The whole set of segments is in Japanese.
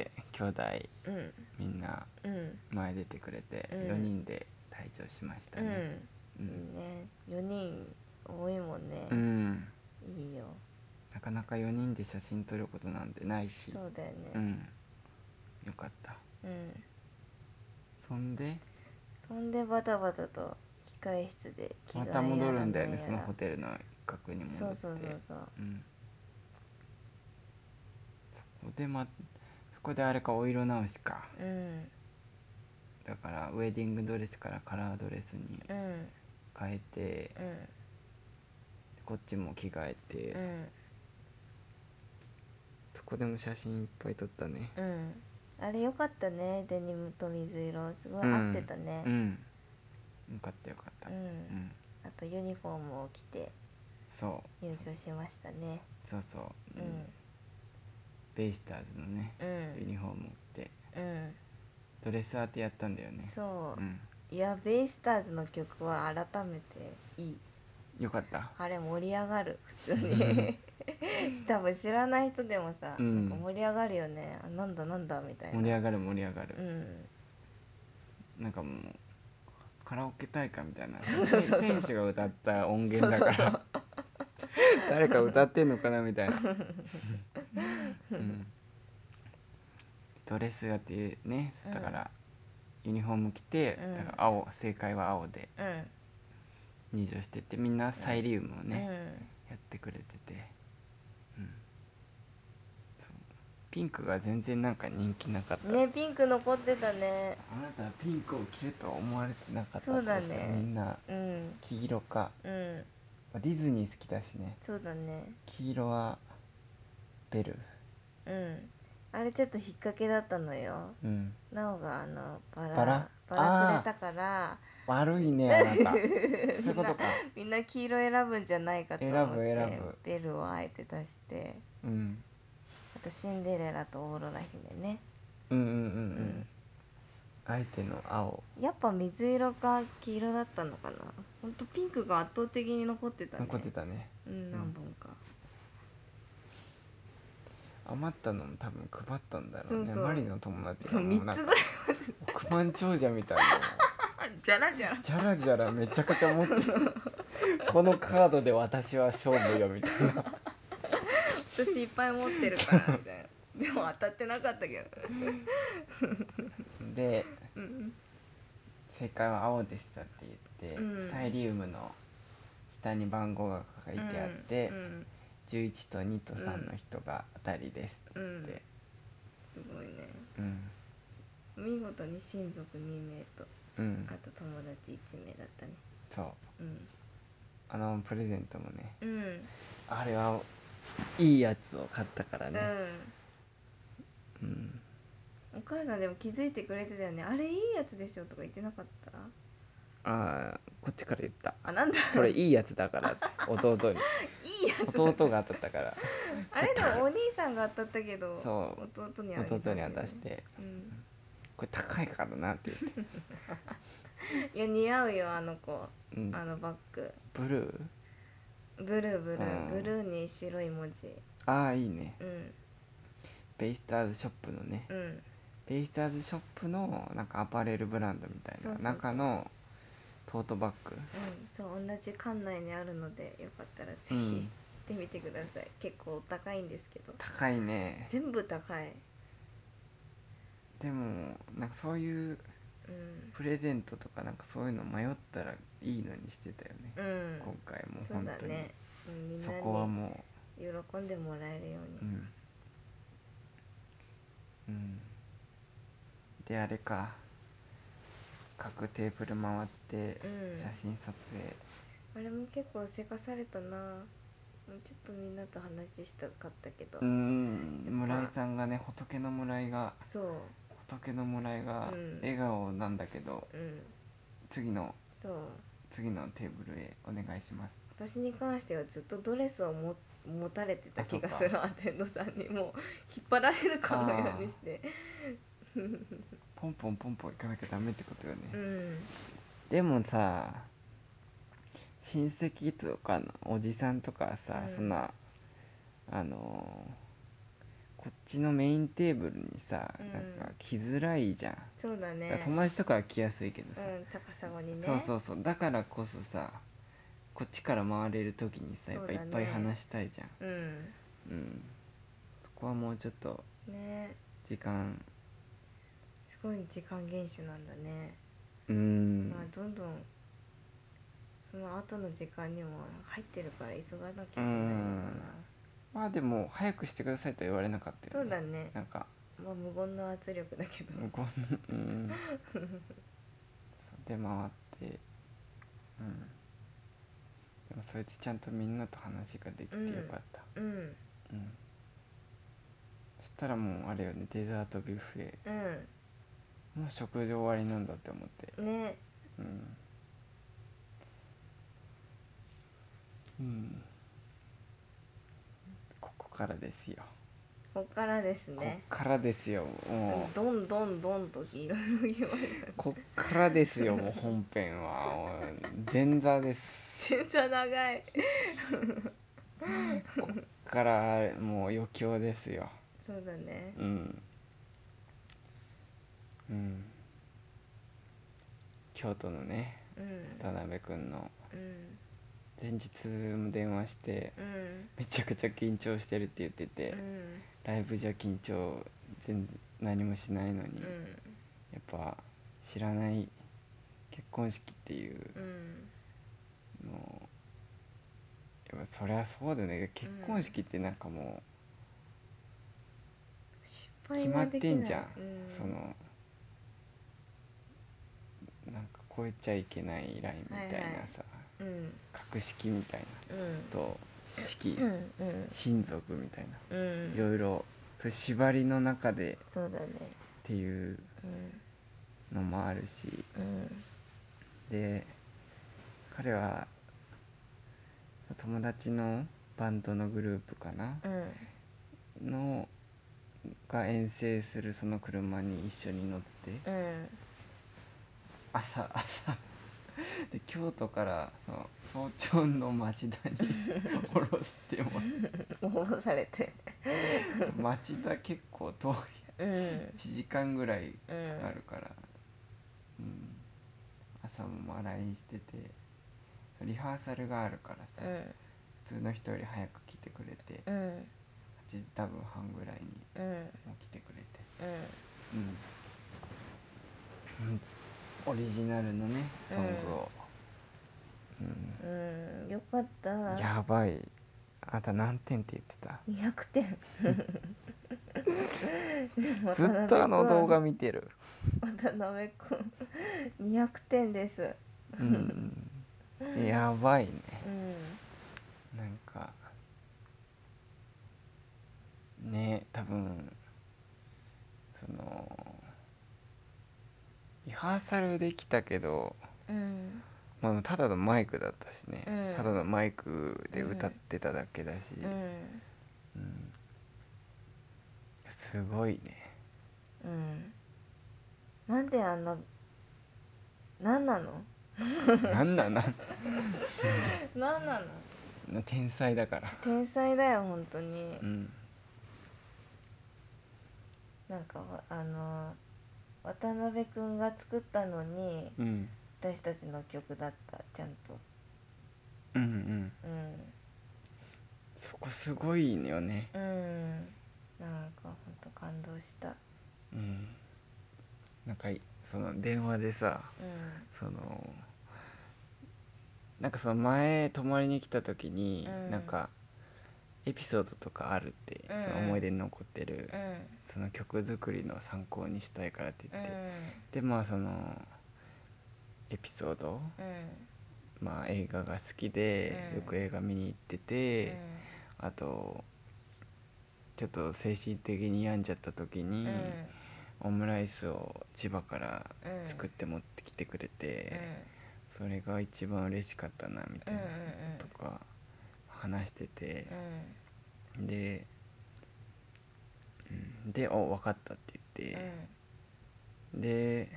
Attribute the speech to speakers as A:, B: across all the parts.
A: 兄弟
B: うん
A: みんな
B: うん
A: 前出てくれて
B: うん
A: 4人で退場しました
B: う
A: ね
B: ん
A: う
B: いい
A: ん、
B: ね4人多いもんね、
A: うん、
B: いいよ
A: なかなか4人で写真撮ることなんてないし
B: そうだよね
A: うんよかった
B: うん
A: そんで
B: そんでバタバタと機械室で着替
A: ま
B: え
A: た戻るんだよね
B: や
A: その
B: らなんやら
A: ホテルの一角に戻って
B: そうそうそうそう
A: うんそこでまそこであれかお色直しか
B: うん
A: だからウェディングドレスからカラードレスに
B: うん
A: 変えて
B: うん
A: こっちも着替えて、
B: うん
A: そこでも写真いっぱい撮ったね
B: うんあれよかったねデニムと水色すごい合ってたね
A: うんよかったよかった
B: うん、
A: うん
B: あとユニフォームを着て
A: そう
B: 入場しましたね
A: そうそうう
B: う
A: ん
B: ん
A: ベイスターズのね
B: う
A: ユ
B: ん
A: ニフォームを着て
B: うん
A: ドレス当てやったんだよね
B: そううんいやベイスターズの曲は改めていい
A: よかった
B: あれ盛り上がる普通に 多分知らない人でもさ、
A: うん
B: なんか盛り上がるよねあなんだなんだみたいな
A: 盛り上がる盛り上がる、
B: うん
A: なんかもうカラオケ大会みたいな選手が歌った音源だから誰か歌ってんのかなみたい な、うん、ドレスやってね
B: うん
A: だから、ユニフォーム着て、
B: うん
A: だから青正解は青で
B: うん
A: 入場しててみんなサイリウムをね、
B: うん
A: やってくれてて、うん、そうピンクが全然なんか人気なかった
B: ねピンク残ってたね
A: あなたはピンクを着るとは思われてなかった
B: そうだね
A: みんな
B: うん
A: 黄色か
B: うん
A: まあディズニー好きだしね
B: そうだね
A: 黄色はベル
B: うんあれちょっと引っ掛けだったのよ
A: うん
B: なおがあのバラ
A: バラ
B: バラくれたから
A: 悪いね あなたそういうことか
B: みんな黄色選ぶんじゃないかと思っ
A: 選
B: て
A: ぶ選ぶ
B: ベルをあえて出して
A: うん
B: あとシンデレラとオーロラ姫ね
A: うんうんうんうん
B: ん
A: 相手の青
B: やっぱ水色か黄色だったのかなほんとピンクが圧倒的に残ってたね
A: 残ってたね
B: うん何本か、
A: 余ったのも多分配ったんだろうね
B: そうそう
A: マリの友達
B: そう
A: もう
B: 3
A: なん
B: つ
A: か
B: ぐらい
A: 億万長者みたいな
B: じゃらじゃら
A: じゃらじゃらめちゃくちゃ持って るこのカードで私は勝負よみたいな
B: 私いっぱい持ってるからみたい なでも当たってなかったけど
A: で
B: うん
A: 正解は青でしたって言って、
B: うん
A: サイリウムの下に番号が書いてあって、
B: うん
A: 11と2と3の人が当たりです
B: う
A: っ
B: ん
A: て、
B: すごいね
A: うん
B: 見事に親族2名と
A: うん
B: あと友達1名だったね
A: そう
B: うん
A: あのプレゼントもね
B: うん
A: あれはいいやつを買ったから
B: う
A: ね、
B: ん
A: うん、
B: お母さんでも気づいてくれてたよねあれいいやつでしょとか言ってなかった
A: ああこっちから言った
B: あなんだ
A: これいいやつだからって 弟に
B: いいや
A: 弟が当たったから
B: あれでもお兄さんが当たったけど
A: そう
B: 弟にあげたんだ
A: 弟
B: よね
A: に渡して
B: うん
A: これ高いからなって言って、
B: いや似合うよあの子
A: うん、
B: あのバッグ
A: ブルー
B: ブルーブルー、
A: うん
B: ブルーに白い文字
A: ああいいね
B: うん
A: ベイスターズショップのね
B: うん
A: ベイスターズショップのなんかアパレルブランドみたい
B: そ
A: な
B: うそうそう
A: 中のトートバッグ
B: うん、そう同じ館内にあるのでよかったらぜひ
A: うん
B: 行ってみてください、結構お高いんですけど
A: 高いね
B: 全部高い
A: でもなんかそういう
B: うん、
A: プレゼントとかなんかそういうの迷ったらいいのにしてたよね、
B: うん、
A: 今回も
B: そう
A: 本
B: だ
A: 当に
B: ね、うん、みん
A: そ
B: な
A: こは
B: に
A: も
B: 喜んでもらえるよう
A: うう
B: に、
A: ん、うん、であれか各テーブル回って
B: うん
A: 写真撮影、
B: あれも結構せかされたなもうちょっとみんなと話したかったけど、
A: うん
B: やっぱ
A: 村井さんがね仏の村井が
B: そう
A: 仏の村井が
B: うん
A: 笑顔なんだけど、
B: うん
A: 次の
B: そう
A: 次のテーブルへお願いします
B: 私に関してはずっとドレスをも持たれてた気が
A: あそ
B: す
A: う
B: るアテンドさんにもう引っ張られるかのようにして
A: ポンポンポンポン行かなきゃダメってことよね、
B: うん
A: でもさ親戚とかのおじさんとかさ、
B: うん
A: そんなあのーこっちのメインテーブルにさ、
B: うん
A: なんか来づらいじゃん、
B: そうだね
A: だから友達とかは来やすいけどさ、
B: うん高砂にね
A: そうそうそうだからこそさこっちから回れる時にさやっぱいっ
B: そうだ
A: ぱ
B: ね
A: い話したいじゃん
B: うん
A: う,、んそこはもうちょっと
B: ね
A: 時間
B: すごい時間厳守なんだね、
A: うーん、
B: まあどんどんその後の時間にも入ってるから急がなきゃいけないのかな
A: まあでも早くしてくださいとは言われなかった
B: そ
A: よ
B: うだね
A: なんか
B: まあ無言の圧力だけど
A: 向こうのうんそうで回ってうんでもそれでちゃんとみんなと話ができてよかった、
B: うん
A: うんそしたらもうあれよねデザートビュッフェ
B: う
A: もう食事終わりなんだって思って
B: んね
A: うん、うん、ここからですよ、
B: こっからです
A: こっ
B: ね
A: からですよもう
B: どんどんどんといろいろ言われる
A: こっからですよもう本編はもう前座です
B: 全然長い
A: こっからもう余興ですよ
B: そうだね
A: うんうん京都のね
B: うん
A: 田辺君の
B: うん
A: 前日も電話して
B: うん
A: めちゃくちゃ緊張してるって言ってて、
B: うん
A: ライブじゃ緊張全然何もしないのに、
B: うん
A: やっぱ知らない結婚式っていう
B: うん
A: のをやっぱそりゃそうだよね結婚式ってなんかも
B: 失
A: う
B: 敗
A: 決ま
B: は
A: っ
B: でき
A: てんじゃん
B: ない、うん、
A: そのなんか超えちゃいけないラインみたいな
B: はいはい
A: さ、
B: うん
A: 格式みたいな
B: うん
A: と式、
B: うんうん
A: 親族みたいない
B: うん
A: ろいろそういう縛りの中で
B: そうだね
A: っていう
B: うん
A: のもあるし
B: うん
A: で彼は友達のバンドのグループかな
B: うん
A: のが遠征するその車に一緒に乗って
B: うん
A: 朝朝 で京都からその早朝の町田に 降ろしてもら
B: 戻されて
A: って町田結構遠い
B: うん
A: 1時間ぐらい
B: うん
A: あるから、うん、朝もまあ LINE しててリハーサルがあるからさ、
B: うん
A: 普通の人より早く来てくれて
B: うん
A: 8時多分半ぐらいに
B: うん
A: もう来てくれて
B: うん
A: うん、オリジナルのねソングを、うん
B: うんよかった
A: やばいあなた何点って言ってた
B: 200点 でも
A: ずっとあの動画見てる、
B: 渡辺君200点です
A: うん、やばいね
B: うん
A: なんかね多分そのリハーサルできたけど、
B: うん
A: まあ、ただのマイクだったしね、
B: うん
A: ただのマイクで歌ってただけだし、
B: うん
A: うんすごいね
B: うんなんであんななんなの
A: なんなんな
B: なんなの
A: ん天才だから
B: 天才だよ本当に
A: うん
B: なんかわあの渡辺君が作ったのに
A: うん
B: 私たちの曲だったちゃんと
A: うんうん
B: うん
A: そこすごいよね
B: うんなんかほんと感動した
A: うんなんかいその電話でさ
B: うん
A: そのなんかその前泊まりに来た時に、
B: うん
A: なんかエピソードとかあるって、
B: うんうん
A: その思い出に残ってる、
B: うん
A: その曲作りの参考にしたいからって
B: う
A: 言って、で
B: ん
A: まあそのエピソード、
B: うん
A: まあ、映画が好きで、
B: うん
A: よく映画見に行ってて、あとちょっと精神的に病んじゃった時
B: うん
A: に、
B: うん
A: オムライスを千葉から
B: うん
A: 作って持ってきてくれ
B: うん
A: て、それが一番嬉しかったなみたいなとか話してて、で、うん、で「お分かった」って言って、で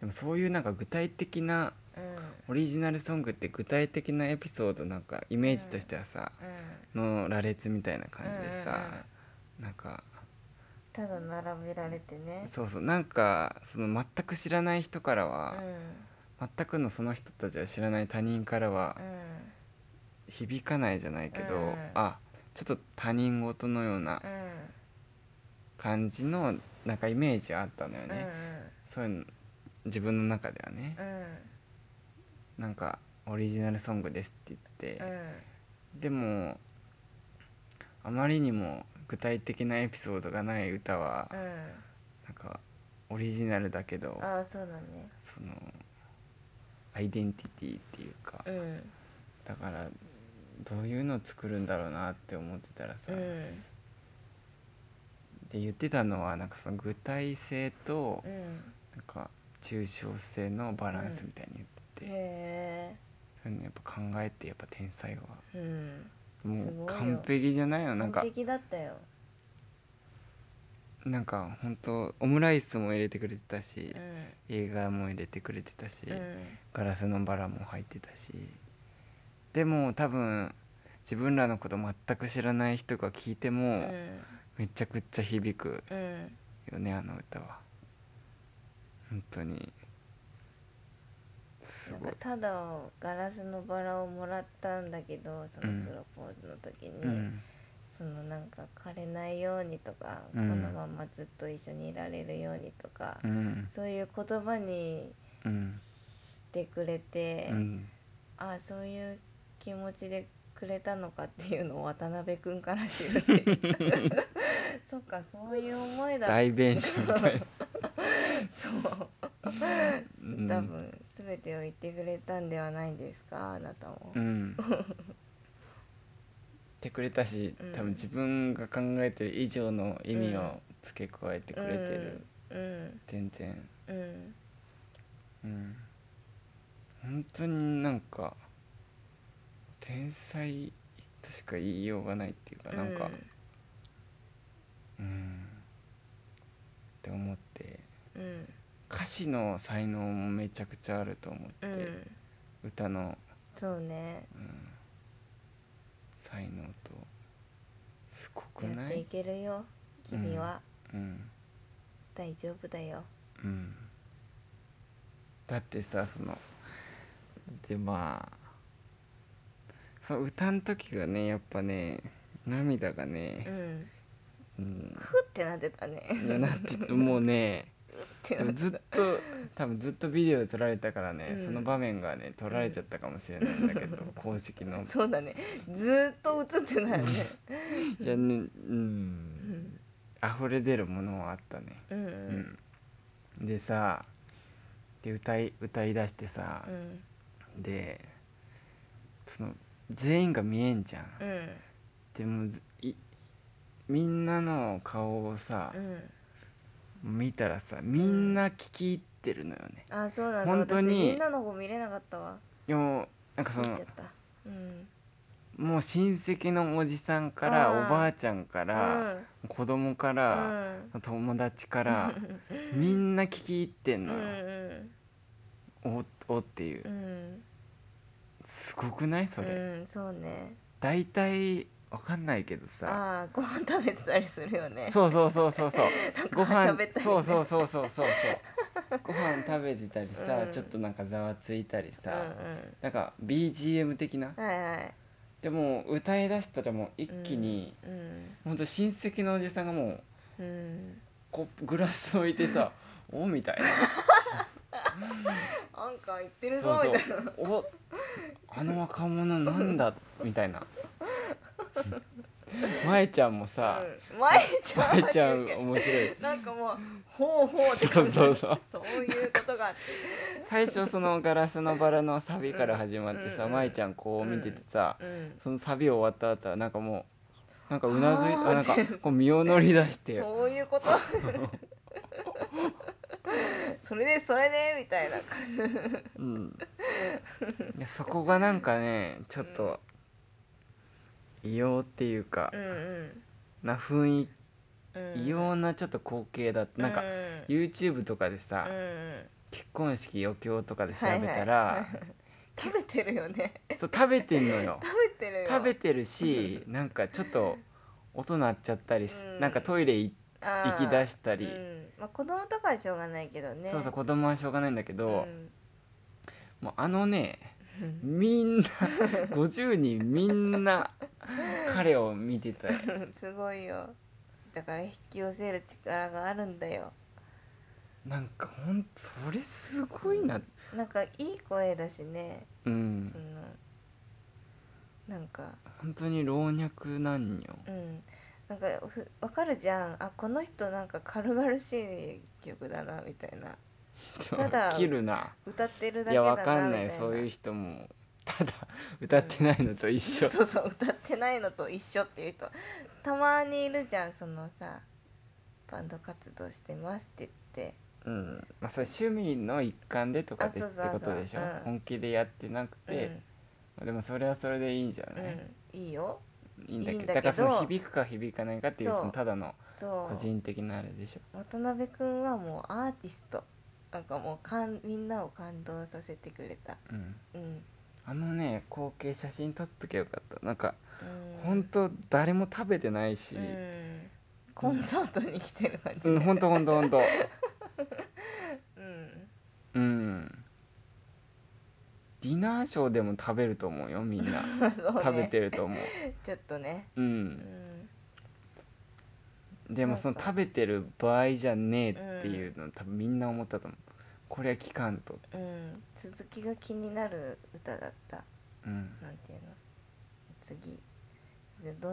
A: でもそういうなんか具体的な
B: うんうん
A: オリジナルソングって具体的なエピソードなんかイメージとしてはさ、
B: うん
A: の羅列みたいな感じでさ、なんか
B: ただ並べられてね
A: そうそうなんかその全く知らない人からは、
B: うん
A: 全くのその人たちは知らない他人からは
B: うん
A: 響かないじゃないけど、
B: うん
A: あちょっと他人事のような
B: うん
A: 感じのなんかイメージはあったんだよ
B: うん
A: ね、そういうの自分の中ではね
B: う、ん
A: なんかオリジナルソングですって言って
B: う、ん
A: でもあまりにも具体的なエピソードがない歌は、
B: うん
A: なんかオリジナルだけど
B: ああそうだね
A: そのアイデンティティっていうか、
B: うん
A: だからどういうのを作るんだろうなって思ってたらさ、
B: うん
A: で言ってたのはなんかその具体性と
B: うん
A: なんか抽象性のバランスみたいに言ってて、
B: へ
A: そういうのやっぱ考えてやっぱ天才は
B: えうんすごい
A: も
B: よ
A: う完璧じゃないよなん
B: 完
A: か
B: 璧だったよ
A: なんか本当オムライスも入れてくれてた
B: う
A: し、
B: ん
A: 映画も入れてくれてたし、
B: うん
A: ガラスのバラも入ってたしでも多分自分らのこと全く知らない人が聞いて
B: う
A: も、
B: ん
A: めちゃくちゃ響く
B: うん
A: よねあの歌は本当にす
B: なん
A: ご
B: か
A: い
B: ただガラスのバラをもらったんだけどそのプロポーズの時に、
A: うん
B: そのなんか枯れないようにとか、
A: うん
B: このままずっと一緒にいられるようにとか、
A: うん
B: そういう言葉に
A: うん
B: してくれて、
A: うん
B: ああそういう気持ちでくれたのかっていうのを渡辺君から知るっていう そっかそういう思いだった
A: 大弁償みたいな
B: そう
A: うん
B: 多分全てを言ってくれたんではないですかあなたも。
A: うん言ってくれたし
B: うん
A: 多分自分が考えてる以上の意味を付け加えてくれてる、
B: うん
A: 全然
B: うんうん
A: うん本当になんか天才としか言いようがないっていうか、なんかうんって思って
B: うん
A: 歌詞の才能もめちゃくちゃあると思って、
B: うん
A: 歌の、
B: そうね
A: うん、才能とすごく
B: やっ
A: な
B: てい
A: い
B: けるよ君は、
A: うん、
B: 大丈夫だよ
A: うん、だってさそのでまあそう歌の時がねやっぱね涙が
B: う
A: ね、
B: ん
A: うん、
B: ふってなってたね
A: いやなんてもうね
B: てな
A: ずっと多分ずっとビデオで撮られたからね、
B: うん
A: その場面がね撮られちゃったかもしれないんだけ ど、公式の
B: そうだねずーっと映ってないよね
A: いやねうん溢れ出るものはあったね、
B: うんう
A: うんでさで歌い歌い出してさ
B: う、ん
A: でその全員が見えんじゃん、
B: うん
A: でもずいみんなの顔をさ
B: う、ん
A: 見たらさみんな聞き入ってるのよね、
B: あそうなんだ
A: 本当に
B: 私みんなの方見れなかったわ
A: でもなんかそ
B: 見
A: の
B: ちゃったうん
A: もう親戚のおじさんから
B: あー
A: おばあちゃんから、子供から、
B: うん
A: 友達 からみんな聞き入ってん
B: うんう
A: のよ、
B: ん
A: おおっていう
B: うんうん
A: すごくないそれ、
B: うんそうね
A: 大体わかんないけどさ
B: ああーご飯食べてたりするよね
A: そうそうそうそうそうご飯
B: 喋ったりね
A: そうそうそうそうそうそうご飯食べてたりさ、
B: うん
A: ちょっとなんかざわついたりさ、
B: うん
A: なんか BGM 的な
B: うんはいはい
A: でも歌いだしたらもう一気に、
B: うん
A: ほんと親戚のおじさんがもう
B: うん
A: コップグラス置いてさ「おみたいな
B: なんか言ってる
A: そ
B: ぞ
A: う
B: みたい
A: そ
B: な
A: うおあの若者なんだみたい な舞ちゃんもさ
B: うん、前ちゃん
A: 舞ちゃん面白い
B: なんかもうほうほうって
A: そう
B: 感じ
A: そうそう
B: そういうことがあって
A: 最初その「ガラスのバラ」のサビから始まって
B: うん
A: さ
B: うん
A: 舞ちゃんこう見ててさ
B: うん
A: そのサビ終わった後はなんかもうなんかうなずいて
B: あー
A: あなんかこう身を乗り出して
B: そういうことそれでそれでみたいな感じ
A: うん、いやそこがなんかねちょっと異様っていうか、
B: うんうん
A: な雰囲
B: うん
A: 気異様なちょっと光景だったなんか
B: うん
A: YouTube とかでさ、
B: うんうん
A: 結婚式余興とかで調べたら、
B: はいはい食べてるよね
A: そう食べてんのよ
B: 食べてるよ
A: 食べてるしなんかちょっと音鳴っちゃったりし、
B: うん
A: なんかトイレ行っ
B: あー
A: 行き出したり
B: うんまあ、子供とかはしょうがないけどね
A: そうそう子供はしょうがないんだけ
B: う
A: ど、
B: ん
A: もうあのねみ んな50人みんな彼を見て た
B: すごいよだから引き寄せる力があるんだよ
A: なんかほんとそれすごいな
B: なんかいい声だしね、
A: うん
B: そのなんか
A: 本当に老若男女
B: うんなんかふわかるじゃんあこの人なんか軽々しい曲だなみたいなただ
A: 切るな
B: 歌ってるだ
A: い
B: け
A: や
B: だな
A: わ
B: みたい
A: か
B: なん
A: ないそういう人もただ歌ってないのと一緒
B: そうそう歌ってないのと一緒っていう人たまにいるじゃんそのさバンド活動してますって言って
A: うんまあ、それ趣味の一環でとかで
B: あ
A: っ
B: そう
A: て
B: そうそう
A: ことでしょ、
B: うん
A: 本気でやってなくて、まあでもそれはそれでいいんじゃ
B: う
A: ない、
B: ん、うん、いいよ
A: いいんだけ
B: い
A: ど
B: いんだ
A: だ
B: けど
A: からその響くか響かないかっていう
B: そう
A: そのただの
B: そ
A: 個
B: う
A: 人的なあれでしょ
B: 渡辺君はもうアーティストなんかもうかんみんなを感動させてくれた
A: う、ん、
B: うん
A: あのね光景写真撮っときゃよかったなんか
B: うん
A: ほんと誰も食べてないし、
B: うんコンサートに来てる感じ、
A: うん、ほんとほんとほんと
B: うん
A: うんディナーショーでも食べると思うよみんな
B: そうね
A: 食べてると思う
B: ちょっとね
A: う
B: うんん
A: でもその
B: なんか
A: 食べてる場合じゃねえっていうの、多分みんな思ったと思うこれは聞かんと、
B: うん続きが気になる歌だった
A: うん、
B: なんていうの次でど